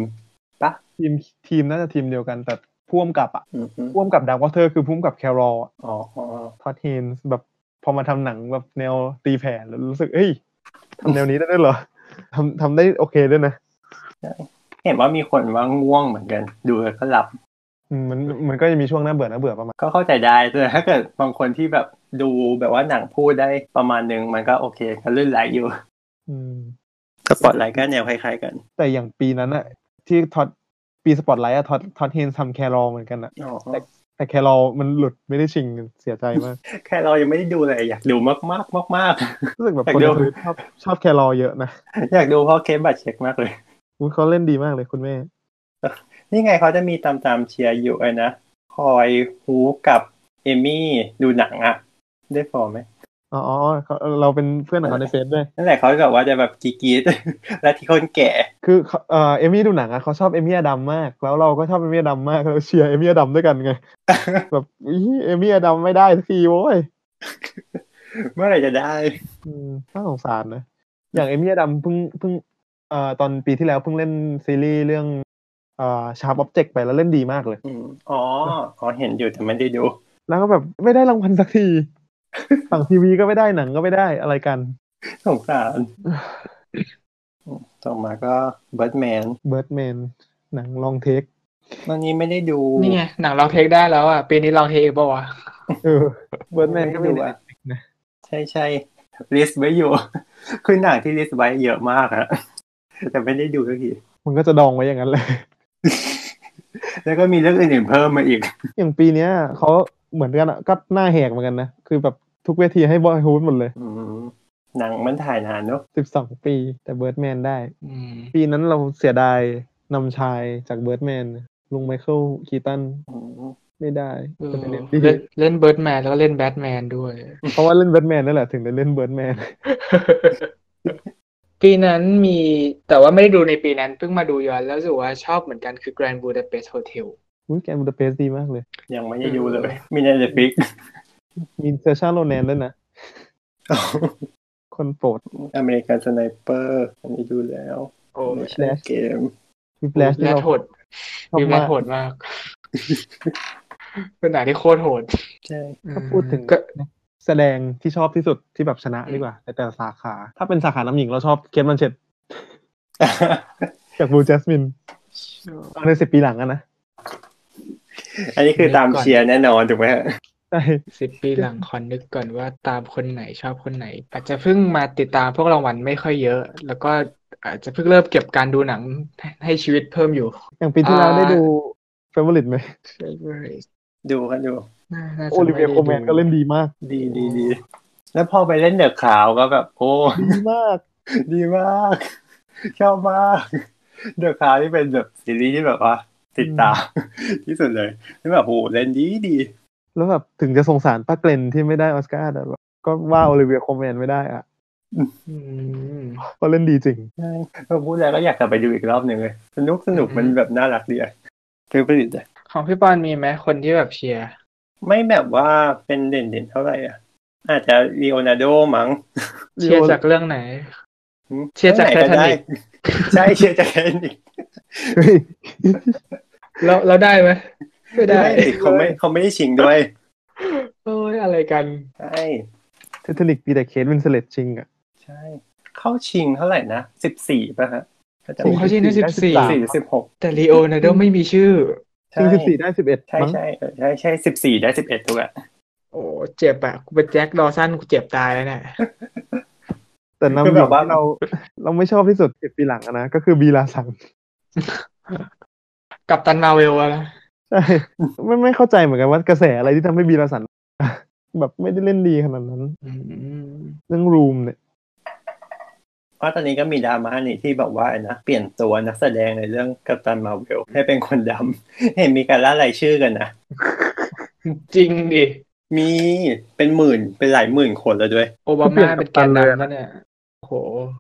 ปะ ทีมทีมน่าจะทีมเดียวกันแต่พ่วมกับอ่ะ อืม พ่วมกับดังวอเตอร์คือพ่วมกับแครอล ๆอ๋ออ๋อ ทอดเฮนส์แบบพอมาทำหนังแบบแนวตีแผ่แล้วรู้สึกเอ้ยทำแนวนี้ได้ด้วยเหรอ [LAUGHS] ทำทำได้โอเคด้วยนะ เห็นว่ามีคนว่าง่วงเหมือนกัน ดูแล้วก็หลับ อืมมันมันก็จะมีช่วงน่าเบื่อน่าเบื่อประมาณ ก็เข้าใจได้แต่ถ้าเกิดบางคนที่แบบดูแบบว่าหนังพูดได้ประมาณนึงมันก็โอเคก็ลื่นไหลอยู่ อืม สปอตไลท์ก็แนวคล้ายๆกัน แต่อย่างปีนั้นอะที่ท็อดปีสปอตไลท์อะท็อดท็อดเฮนทำแครอลเหมือนกันอะ อ๋อ แต่แครอลมันหลุดไม่ได้ชิงเสียใจมาก แค่เรายังไม่ได้ดูเลยอยากดูมากมากมากมาก รู้สึกแบบ แต่ คน เดี๋ ใน ยว ทวิตชอบชอบแครอลเยอะนะ ๆ [LAUGHS] อยากดูเพราะเคสบัตรเช็คมากเลย อุ๊ยเขาเล่นดีมากเลยคุณแม่ นี่ไงเขาจะมีตามตามๆเชียร์อยู่ไอ้นะคอยฮูกับเอมี่ดูหนังอะได้ฟอร์มไหม อ๋ออ๋ออ๋อเขาเราเป็นเพื่อนของเขาในเฟซด้วย นั่นแหละเขาแบบว่าจะแบบกรีดๆ [LAUGHS] และที่คนแก่ คือเขาเอ่อเอมี่ดูหนังอะเขาชอบเอมี่อดัมมาก แล้วเราก็ชอบเอมี่อดัมมากเราเชียร์เอมี่อดัมด้วยกันไง แบบอีเอมี่อดัมไม่ได้สักทีโว้ย เมื่อไหร่จะได้ อืมน่าสงสารนะ อย่างเอมี่อดัมเพิ่งเพิ่งเอ่อตอนปีที่แล้วเพิ่งเล่นซีรีส์เรื่องเอ่อชาร์ปออบเจกต์ไปแล้วเล่นดีมากเลย อืมอ๋ออ๋อเห็นอยู่แต่ไม่ได้ดู แล้วก็แบบไม่ได้รางวัลสักที ฝั่งทีวีก็ไม่ได้หนังก็ไม่ได้อะไรกัน สง [SIGHS] สารต่อมาก็เบิร์ดแมน เบิร์ดแมนหนังลองเทค ตอนนี้ไม่ได้ดู นี่ไงหนังเราเทคได้แล้วอ่ะปีนี้เราเทคอีกปะวะ เออเบิร์ดแมนก็ไม่ ไดู ได้ อะใช่ใช่ๆลิสต์ไว้อยู่ [LAUGHS] คือหนังที่ลิสต์ไว้เยอะมากอะ [LAUGHS] แต่ไม่ได้ดูสักที มันก็จะดองไว้อย่างนั้นเลย แล้วก็มีเรื่องอื่นๆเพิ่มมาอีก อย่างปีเนี้ยเขาเหมือนกันอะก็หน้าแหกเหมือนกันนะ คือแบบทุกเวทีให้บอยฮูดหมดเลย อืมหนังมันถ่ายนานเนอะ สิบสองปี แต่เบิร์ดแมนได้ อืม ปีนั้นเราเสียดายนำชายจากเบิร์ดแมนลุงไมเคิลคีตัน อืม ไม่ได้ เออ แต่ได้เล่นดี เล่นเล่นเบิร์ดแมนแล้วก็เล่นแบทแมนด้วย เพราะว่าเล่นเบิร์ดแมนนั่นแหละถึงได้เล่นเบิร์ดแมน [LAUGHS] ปีนั้นมีแต่ว่าไม่ได้ดูในปีนั้นเพิ่งมาดูย้อนแล้วรู้สึกว่าชอบเหมือนกันคือ Grand Budapest Hotel อุ้ยแกมบูดาเปสต์ดีมากเลย ยังไม่ได้ดูเลย มีในเดฟิก มีเซอร์ชาโรแนนด้วยนะคนโปรด [LAUGHS] อเมริกันสไนเปอร์อันนี้ดูแล้ว โอ้ แชร์เกม วิป แล แลชที่เรา โหด ชอบ มีแล มาก โหดมาก [LAUGHS] เป็นหนังที่โคตรโหด ใช่ [LAUGHS] ถ้าพูดถึง ก็ แสดงที่ชอบที่สุดที่แบบชนะดีกว่าแต่แต่ละสาขา ถ้าเป็นสาขาน้ำหญิงเราชอบเคทมันเชตจากบูจัสมินตอนในสิบปีหลังอะนะ อันนี้คือตามเชียร์แน่นอนถูกไหมฮะ ใช่ สิบปีหลังคอนนึกก่อนว่าตามคนไหนชอบคนไหน อาจจะเพิ่งมาติดตามพวกรางวัลไม่ค่อยเยอะ แล้วก็อาจจะเพิ่งเริ่มเก็บการดูหนัง [LAUGHS] ให้ชีวิตเพิ่มอยู่ อย่างปีที่แล้ว อ่า ได้ดูเฟเวอริตไหม Favorite ดูกันดู น่าน่าจะ โอลิเวีย ไม่ โคแมได้น ดู ก็เล่นดีมาก ดีดีดี แล้วพอไปเล่นเดอะขาวก็แบบ โอ้ ดีมาก ดีมาก [LAUGHS] ชอบมาก เดอะคาว [LAUGHS] ที่เป็นแบบซีรีส์ที่แบบว่า ติดตามที่สุดเลยที่แบบโหเล่นดีดี แล้วแบบถึงจะสงสารป้าเกรนที่ไม่ได้ออสการ์แต่แบบก็ว่าโอลิเวียโคลแมนไม่ได้อะ อืม เพราะเล่นดีจริง พอพูดแล้วก็อยากกลับไปดูอีกรอบหนึ่งเลย สนุกสนุกมันแบบน่ารักดีอะคือผลิตอะ ของพี่ปอนมีไหมคนที่แบบเชียร์ ไม่แบบว่าเป็นเด่นเด่นๆเท่าไหร่อะอาจจะลีโอนาร์โดมั้ง เชียร์จากเรื่องไหน หืม เชียร์จาก ไหนก็ได้ [LAUGHS] Titanic ใช่เชียร์จากไททานิก แล้วเราได้ไหมไม่ได้ ททานิกเขาไม่เขาไม่ได้ชิงด้วย โอ้ยอะไรกัน ใช่ เทคนิคปีแต่เคสวินเสเลตจริงอ่ะ ใช่ เข้าชิงเท่าไหร่นะสิบสี่ป่ะฮะถ้จำ โอ้ ไม่ เขาชิงได้ผิดสิบสี่ 14 สี่หรือสิบหก แต่ลีโอนาร์โดไม่มีชื่อ ใช่ ซึ่งสิบสี่ได้สิบเอ็ด ใช่ มั้ง ใช่เออใช่ใช่สิบสี่ได้สิบเอ็ดถูกอะ โอ้เจ็บอะกูเป็นแจ็คดอสันกูเจ็บตายแล้วเนี่ย แต่นำ คือ ห แบ ญิ บ ง ว่า ที่เราเราไม่ชอบที่สุดเจ็ดปีหลังอะนะ ก็คือบีลาสัง กับตันมาเวลอะนะ ใช่ไม่ไม่เข้าใจเหมือนกันว่ากระแสอะไรที่ทำให้บีลาสัน แบบไม่ได้เล่นดีขนาดนั้น อืม เรื่องรูมเนี่ย เพราะตอนนี้ก็มีดราม่านี่ที่แบบว่านะเปลี่ยนตัวนักแสดงในเรื่องกัปตันมาร์เวลให้เป็นคนดำ [LAUGHS] เห็นมีการล่ารายชื่อกันนะ จริงดิ มีเป็นหมื่นเป็นหลายหมื่นคนแล้วด้วย โอบามาเป็นแกนนำแล้วเนี่ยโอ้โห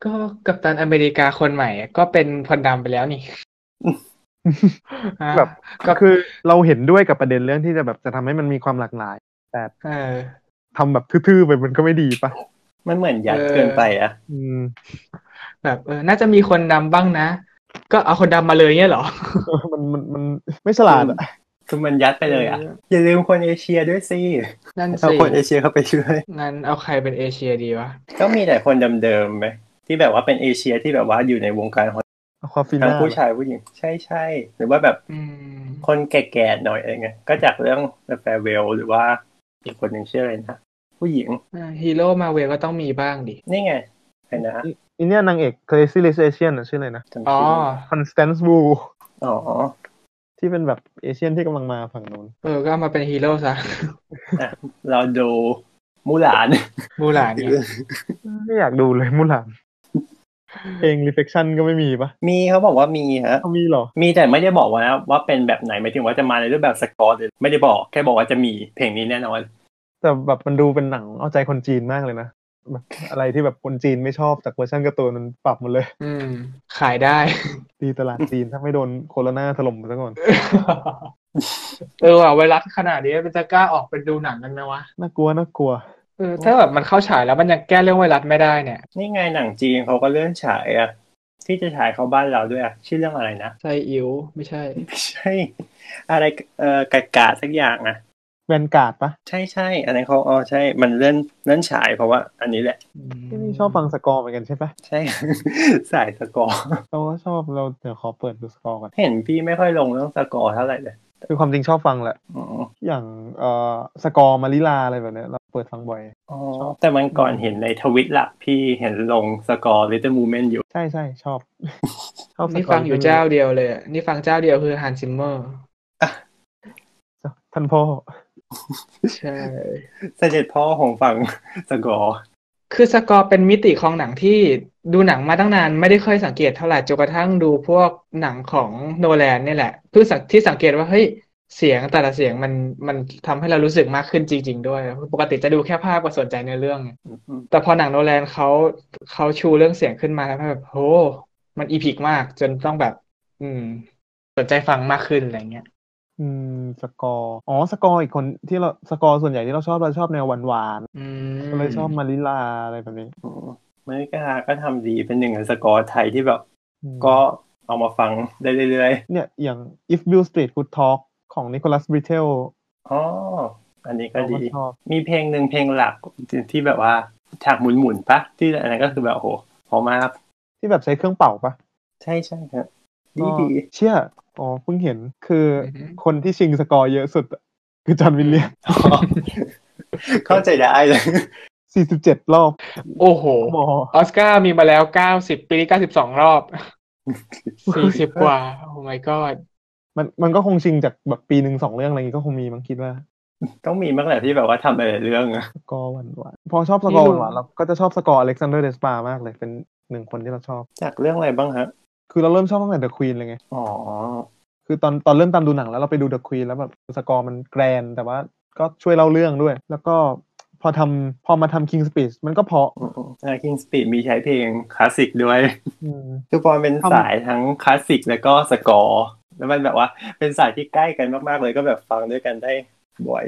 ก็กัปตันอเมริกาคนใหม่อะก็เป็นคนดำไปแล้วนี่ฮะ แบบ ก็ ก็คือเราเห็นด้วยกับประเด็นเรื่องที่จะแบบจะทำให้มันมีความหลากหลาย เออ ทำแบบทื่อๆไปมันก็ไม่ดีปะ มันเหมือนยัด เออ เกินไปอะ อืม แบบเออน่าจะมีคนดำบ้างนะ ก็เอาคนดำมาเลยเนี่ยเหรอ มันมันมันไม่ฉลาดอะ คือมันยัดไปเลยอะอย่าลืมคนเอเชียด้วยสิ นั่น เอา สิ คนเอเชียเข้าไปช่วย งั้นเอาใครเป็นเอเชียดีวะ [LAUGHS] ก็มีแต่คนเดิมๆไหมที่แบบว่าเป็นเอเชียที่แบบว่าอยู่ในวงการฮอลลีวู เอาความฟิ ด น ทั้หงน้า ผู้ชายผู้หญิงใช่ใช่หรือว่าแบบ อืม คนแก่ๆหน่อยอะไรเงี้ยก็จากเรื่อง The Farewell หรือว่าอีกคนหนึ่งชื่ออะไรนะผู้หญิง อ่าฮีโร่มาเวลก็ต้องมีบ้างดิ นี่ไงใครนะ อันเนี้ยนางเอกเคลซี่เลสเอเชียนชื่ออะไรนะ จำ อ๋อ ชื่อ คอนสแตนซ์บู อ๋อ ที่เป็นแบบเอเชียนที่กำลังมาฝั่งนู้น เออ ก็เอามาเป็นฮีโร่ซะ เราดูมูหล [LAUGHS] าน มูหลานเนี่ย ไม่อยากดูเลยมุหลานเพลง reflection ก็ไม่มีปะ มีเขาบอกว่ามีฮะ เขามีเหรอ มีแต่ไม่ได้บอกว่าว่าเป็นแบบไหนหมายถึงว่าจะมาในรูปแบบสกอร์หรือไม่ได้บอกแค่บอกว่าจะมีเพลงนี้แน่นอน แต่แบบมันดูเป็นหนังเอาใจคนจีนมากเลยนะแบบอะไรที่แบบคนจีนไม่ชอบจากเวอร์ชันการ์ตูนมันปรับหมดเลย อืม ขายได้ ตีตลาดจีน ถ้าไม่โดนโควิดถล่มไปซะก่อน [LAUGHS] เออว่ะไวรัสขนาดนี้มันจะกล้าออกไปดูหนังกันไหมวะ น่ากลัวน่ากลัว เออถ้าแบบมันเข้าฉายแล้วมันยังแก้เรื่องไวรัสไม่ได้เนี่ย นี่ไงหนังจีนเขาก็เลื่อนฉายอะที่จะฉายเข้าบ้านเราด้วยอะชื่อเรื่องอะไรนะ ใช่อิ๋วไม่ใช่ ไม่ใช่ อะไรเอ่อกากาสักอย่างอะ แวนการ์ดปะ ใช่ใช่อันนั้นเขาอ๋อใช่มันเลื่อนเลื่อนฉายเพราะว่า อันนี้แหละ ที่นี่ชอบฟังสกอร์เหมือนกันใช่ปะ ใช่ [LAUGHS] สายสกอร์ เราก็ชอบเราเดี๋ยวขอเปิดดูสกอร์ก่อน เห็นพี่ไม่ค่อยลงเรื่องสกอร์เท่าไหร่เลย คือความจริงชอบฟังแหละ อ๋อ อย่างเอ่อสกอร์มาริลาอะไรแบบเนี้ยเราเปิดฟังบ่อย อ๋อแต่มันก่อนเห็นในทวิตละพี่เห็นลงสกอร์ Little Movement อยู่ ใช่ใช่ชอบ ชอบสกร์ นี่ฟังอยู่เจ้าเดียวเลยอะนี่ฟังเจ้าเดียวคือฮันซิมเมอร์ ท่านพ่อ ใช่ เสด็จพ่อของฝั่ง สกอร์ คือสกอร์เป็นมิติของหนังที่ดูหนังมาตั้งนานไม่ได้เคยสังเกตเท่าไหร่จนกระทั่งดูพวกหนังของโนแลนนี่แหละเพื่อสังที่สังเกตว่าเฮ้ยเสียงแต่ละเสียงมันมันทำให้เรารู้สึกมากขึ้นจริง ๆ ด้วย ปกติจะดูแค่ภาพกับสนใจในเรื่อง แต่พอหนังโนแลนเขาเขาชูเรื่องเสียงขึ้นมาทำให้แบบโหมันอีพิกมากจนต้องแบบ อืม สนใจฟังมากขึ้นอะไรเงี้ย อืมสกอร์อ๋อสกอร์อีกคนที่เราสกอร์ส่วนใหญ่ที่เราชอบเราชอบแนวหวาน อื ๆ ม ก็เลยชอบมาริลาอะไรแบบนี้ อืมเมริกาก็ทำดีเป็นหนึ่งในสกอร์ไทยที่แบบ อืม ก็เอามาฟังได้เรื่อย เนี่ย อย่าง If Bill Street Could Talk ของ Nicholas b r i t t e l ๆอ๋ออันนี้ก็ เราก็ ดี ชอบ มีเพลงหนึ่งเพลงหลักที่แบบว่าฉากหมุนๆปะที่อันนั้นก็คือแบบโอ้โหพอมาก ที่แบบใช้เครื่องเป่าปะ ใช่ใช่ฮะดี ก็ ดี เชื่อ อ๋อ เพิ่งเห็นคือ อืม คนที่ชิงสกอร์เยอะสุดอะคือจอห์นวิลเลียม อ๋อ [LAUGHS] เข้าใจได้เลย 47 รอบ โอ้โห มอ ออสการ์มีมาแล้วเก้าสิบปีเก้าสิบสองร [LAUGHS] อบสี่สิบกว่า โอ้ my god มันมันก็คงชิงจากแบบปีหนึ่งสองเรื่องอะไรอย่างงี้ก็คงมีมั้งคิดว่า ต้องมีบ้างแหละที่แบบว่าทำอะไรเรื่องอะ สกอร์หวานหวานๆพอชอบสกอร์ นี่ ห รู้ วานๆเราก็จะชอบสกอร์อเล็กซานเดอร์เดสปามากเลยเป็นหนึ่งคนที่เราชอบ จากเรื่องอะไรบ้างฮะ คือเราเริ่มชอบตั้งแต่ The Queen เลยไง อ๋อ คือตอนตอนเริ่มตามดูหนังแล้วเราไปดู The Queen แล้วแบบสกอร์มันแกรนด์แต่ว่า ก็ช่วยเล่าเรื่องด้วย แล้วก็พอทำพอมาทำ King Speech มันก็เพราะ คิงสปีดมีใช้เพลงคลาสสิกด้วย อืม คือปอนเป็น ทำ สายทั้งคลาสสิกแล้วก็สกอร์แล้วมันแบบว่าเป็นสายที่ใกล้กันมากๆเลยก็แบบฟังด้วยกันได้บ่อย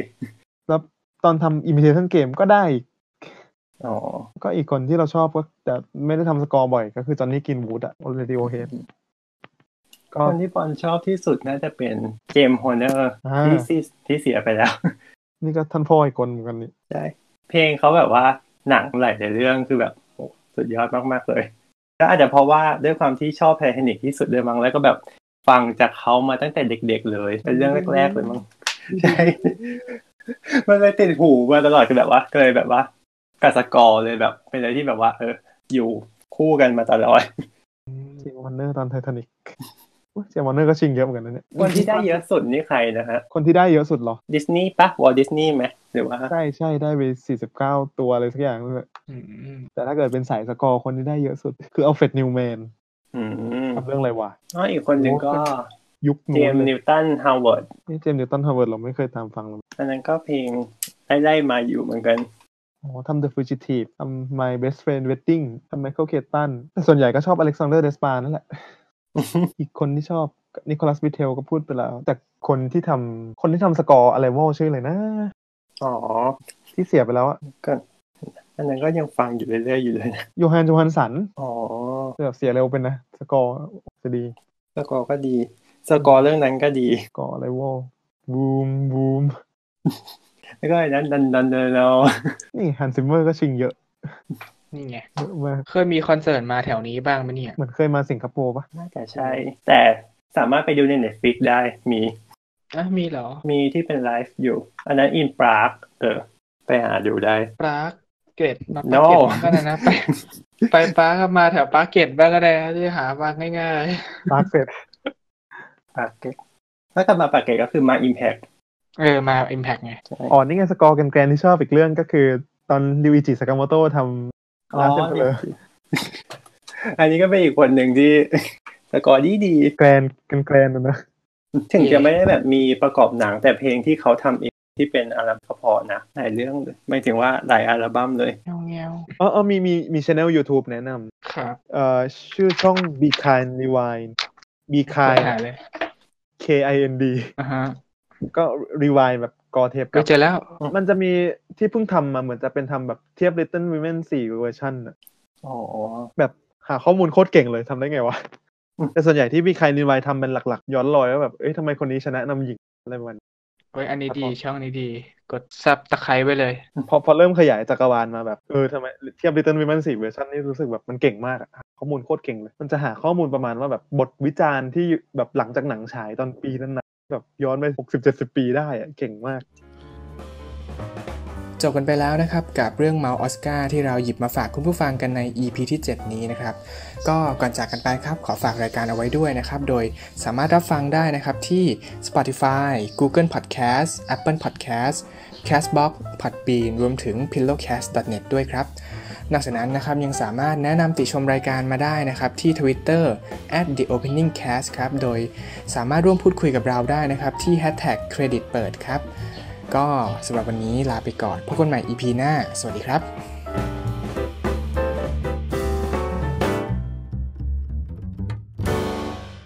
แล้วตอนทำ Imitation Game ก็ได้อีก อ๋อ ก็อีกคนที่เราชอบก็แต่ไม่ได้ทำสกอร์บ่อย ก็คือจอห์นนี่กินวูดอะ Radiohead ก็ คนที่ปอนชอบที่สุดน่าจะเป็นเจมส์ฮอนเนอร์ อ่า ที่สิที่เสียไปแล้ว นี่ก็ท่านพ่ออีกคนเหมือนกันนี่ ใช่เพลงเขาแบบว่าหนังหลายในเรื่องคือแบบโหสุดยอดมากๆเลยก็อาจจะเพราะว่าด้วยความที่ชอบไททานิกที่สุดเลยมั้งแล้วก็แบบฟังจากเขามาตั้งแต่เด็ก ๆ เลย เป็นเรื่องแรก ๆ เลยมั้ [LAUGHS] งใช่มันเลยติดหูมาตลอดคือแบบว่าก็เลยแบบว่ากับสกอร์เลยแบบ เป็นอะไรที่แบบว่า เออ อยู่คู่กันมาตลอ [LAUGHS] ด เจมส์วันเนอร์ตอนไททานิกเจมส์วันเนอร์ก็ชิงเยอะเหมือนกันนะเนี่ย คนที่ได้เยอะสุดนี่ใครนะฮะ คนที่ได้เยอะสุดเหรอ ดิสนีย์ปะวอลดิสนีย์ไหมหรือว่า ใช่ใช่ได้ไป 49 ตัวอะไรสักอย่างนั่นแหละ อืม แต่ถ้าเกิดเป็นสายสกอร์คนที่ได้เยอะสุด คืออัลเฟรดนิวแมน อืม ทำเรื่องอะไรวะ อ๋ออีกคนหนึ่งก็ ยุค เจ นู้นมส์ เลย นิวตันฮาวเวิร์ด นี่เจมส์นิวตันฮาวเวิร์ดเราไม่เคยตามฟังเลย อันนั้นก็เพลงไล่ไล่มาอยู่เหมือนกัน อ๋อทำ The Fugitive ทำ My Best Friend Wedding ทำ Michael Keaton แต่ส่วนใหญ่ก็ชอบอเล็กซานเดอร์เดสปานั่นแหละ อีกคนที่ชอบนิโคลัสบิเทลก็พูดไปแล้ว แต่คนที่ทำคนที่ทำสกอร์อะไรวอลชื่ออะไรนะ อ๋อ ที่เสียไปแล้วอะ อันนั้นก็ยังฟังอยู่เรื่อยๆอยู่เลยนะ โยฮันโจฮันสัน อ๋อ แบบเสียเร็วเป็นนะ สกอร์จะดี สกอร์ก็ดี สกอร์เรื่องนั้นก็ดี สกอร์อะไรวอลบูมบูม แล้วก็อันนั้นดันดันเดนเรา นี่ฮันซิมเมอร์ก็ชิงเยอะ นี่ไง เยอะมาก เคยมีคอนเสิร์ตมาแถวนี้บ้างไหมเนี่ย เหมือนเคยมาสิงคโปร์ปะ น่าจะใช่ แต่สามารถไปดูใน Netflix ได้ มี อ่ะ มีเหรอ มีที่เป็นไลฟ์อยู่ อันนั้นอินปรากเออ ไปหาดูได้ ปรากเกตมา No ปรากเกตก็ได้นะ ไป ไปปรากมาแถวปรากเกตบ้างก็ได้นะที่หามาง่าย ลากเสร็จ ปากเกตถ้ากลับมาปากเกตก็คือมา Impact ๆ เออ มา Impact ไง อ๋อนี่ไงสกอร์แกรนๆที่ชอบอีกเรื่องก็คือ ตอนริวอิจิสากาโมโตะทำลาสเซนเบอร์ อันนี้ก็เป็นอีกคนหนึ่งที่ สกอร์ดีดีๆ แกรนแกรนๆนะนะ ถึง เย่ จะไม่ได้แบบมีประกอบหนังแต่เพลงที่เขาทำเองที่เป็นอัลบั้มเฉพาะนะหลายเรื่องเลยไม่ถึงว่าหลายอัลบั้มเลย เงี้ยวเงี้ยว อ๋อเออมีมีมีช anel YouTube แนะน ๆครับ ำเอ่อชื่อช่อง Be Kind Rewind Be ไป Kind หาเลย K I N D อ่ะฮะ ก็ Rewind แบบกอเทป ก็เจอแล้ว มันจะมีที่เพิ่งทำมาเหมือนจะเป็นทำแบบเทียบ Little Women 4เวอร์ชันอะ อ๋อ แบบหาข้อมูลโคตรเก่งเลยทำได้ไงวะ แต่ส่วนใหญ่ที่มีใครนินไวทำเป็นหลักๆ ย้อนรอยว่าแบบเอ้ยทำไมคนนี้ชนะนำหญิงอะไรประมาณนี้ เฮ้ย อันนี้ ครับ ดี ผม ช่องนี้ดี กดซับตะไคร้ไว้เลย พอพอเริ่มขยายจักรวาลมาแบบเออทำไมเทียบ Little Women 4เวอร์ชันนี่รู้สึกแบบมันเก่งมากอะหาข้อมูลโคตรเก่งเลย มันจะหาข้อมูลประมาณว่าแบบบทวิจารณ์ที่แบบหลังจากหนังฉายตอนปีนั้นนะแบบย้อนไป 60-70 ปีได้อะเก่งมาก จบกันไปแล้วนะครับกับเรื่องเมาส์ออสการ์ที่เราหยิบมาฝากคุณผู้ฟังกันใน EP ที่ 7 นี้นะครับ ก็ก่อนจากกันไปครับขอฝากรายการเอาไว้ด้วยนะครับ โดยสามารถรับฟังได้นะครับที่ Spotify Google Podcast Apple Podcast Castbox Podbean รวมถึง pillowcast.net ด้วยครับ นอกจากนั้นนะครับยังสามารถแนะนำติชมรายการมาได้นะครับที่ Twitter at the opening cast ครับโดยสามารถร่วมพูดคุยกับเราได้นะครับที่ hashtag เครดิตเปิดครับ ก็สำหรับวันนี้ลาไปก่อน พบกันใหม่ EP หน้า สวัสดีครับ